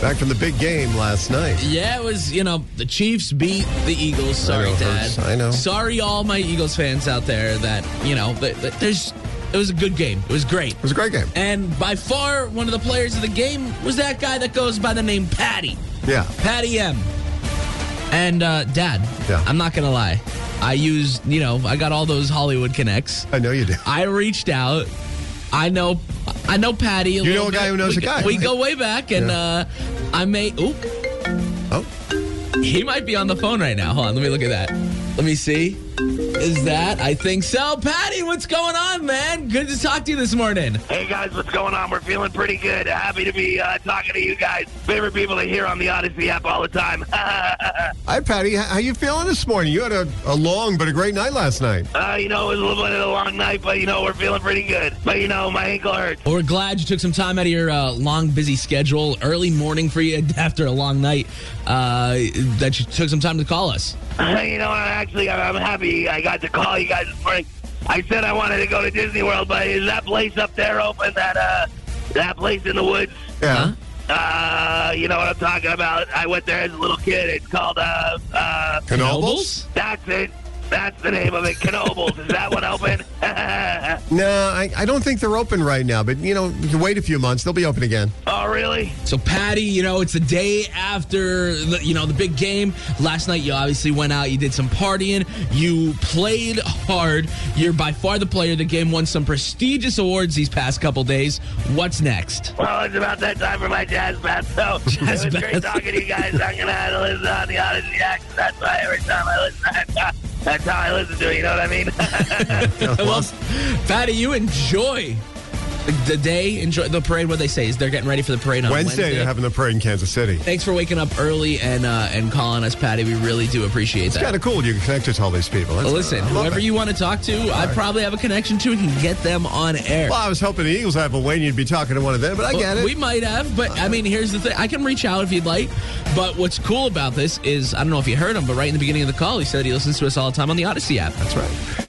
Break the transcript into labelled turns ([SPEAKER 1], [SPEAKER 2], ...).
[SPEAKER 1] Back from the big game last night.
[SPEAKER 2] Yeah, it was, you know, the Chiefs beat the Eagles. Sorry,
[SPEAKER 1] know, it
[SPEAKER 2] Dad.
[SPEAKER 1] hurts. I know.
[SPEAKER 2] Sorry, all my Eagles fans out there that, you know, that, that there's it was a good game. It was great.
[SPEAKER 1] It was a great game.
[SPEAKER 2] And by far, one of the players of the game was that guy that goes by the name Patty.
[SPEAKER 1] Yeah.
[SPEAKER 2] Patty M. And, uh, Dad,
[SPEAKER 1] Yeah.
[SPEAKER 2] I'm not going to lie. I used, you know, I got all those Hollywood connects.
[SPEAKER 1] I know you did.
[SPEAKER 2] I reached out. I know, I know Patty. A
[SPEAKER 1] You
[SPEAKER 2] little
[SPEAKER 1] know a guy
[SPEAKER 2] bit.
[SPEAKER 1] who knows
[SPEAKER 2] we,
[SPEAKER 1] a guy,
[SPEAKER 2] We
[SPEAKER 1] right?
[SPEAKER 2] go way back, and uh, I may. Oop,
[SPEAKER 1] Oh,
[SPEAKER 2] he might be on the phone right now. Hold on, let me look at that. Let me see. Is that? I think so. Patty, what's going on, man? Good to talk to you this morning.
[SPEAKER 3] Hey guys, what's going on? We're feeling pretty good. Happy to be uh, talking to you guys. Favorite people to hear on the Odyssey app all the time. Uh,
[SPEAKER 1] hi, Patty. H- How you feeling this morning? You had a, a long but a great night last night.
[SPEAKER 3] uh, you know, it was a little bit of a long night, but you know, we're feeling pretty good. But you know, my ankle hurts.
[SPEAKER 2] Well, we're glad you took some time out of your uh, long, busy schedule, early morning for you after a long night, uh, that you took some time to call us.
[SPEAKER 3] you know, I actually, I'm I'm happy I got to call you guys this morning. I said I wanted to go to Disney World, but is that place up there open? That uh, that place in the woods?
[SPEAKER 1] Yeah.
[SPEAKER 2] Huh?
[SPEAKER 3] Uh, you know what I'm talking about. I went there as a little kid. It's called uh, uh,
[SPEAKER 2] Knobles?
[SPEAKER 3] that's it. That's the name of it. Knobles. is that one open?
[SPEAKER 1] No, I, I don't think they're open right now, but you know, you can wait a few months. They'll be open again.
[SPEAKER 3] Oh, really?
[SPEAKER 2] So, Patty, you know, it's the day after, the, you know, the big game. Last night, you obviously went out, you did some partying, you played hard. You're by far the player. The game won some prestigious awards these past couple days. What's next?
[SPEAKER 3] Well, it's about that time for my jazz bath, so
[SPEAKER 2] Jazz
[SPEAKER 3] it was
[SPEAKER 2] bath.
[SPEAKER 3] great talking to you guys. I'm going to have to listen on the Odyssey act. That's why every time I listen, that's how, that's how I listen to it. You know what I mean?
[SPEAKER 2] well, Patty, you enjoy the, the day, enjoy the parade. What they say is they're getting ready for the parade on
[SPEAKER 1] Wednesday,
[SPEAKER 2] Wednesday.
[SPEAKER 1] they're having the parade in Kansas City.
[SPEAKER 2] Thanks for waking up early and uh, and calling us, Patty. We really do appreciate that.
[SPEAKER 1] Kind of cool. You can connect with all these people. That's-
[SPEAKER 2] Well, Listen,
[SPEAKER 1] I love
[SPEAKER 2] whoever
[SPEAKER 1] that.
[SPEAKER 2] you want to talk to, I probably have a connection to and can get them on air.
[SPEAKER 1] Well, I was hoping the Eagles have a way and you'd be talking to one of them, but I
[SPEAKER 2] Well,
[SPEAKER 1] get it.
[SPEAKER 2] We might have, but I mean, here's the thing. I can reach out if you'd like. But what's cool about this is, I don't know if you heard him, but right in the beginning of the call, he said he listens to us all the time on the Odyssey app.
[SPEAKER 1] That's right.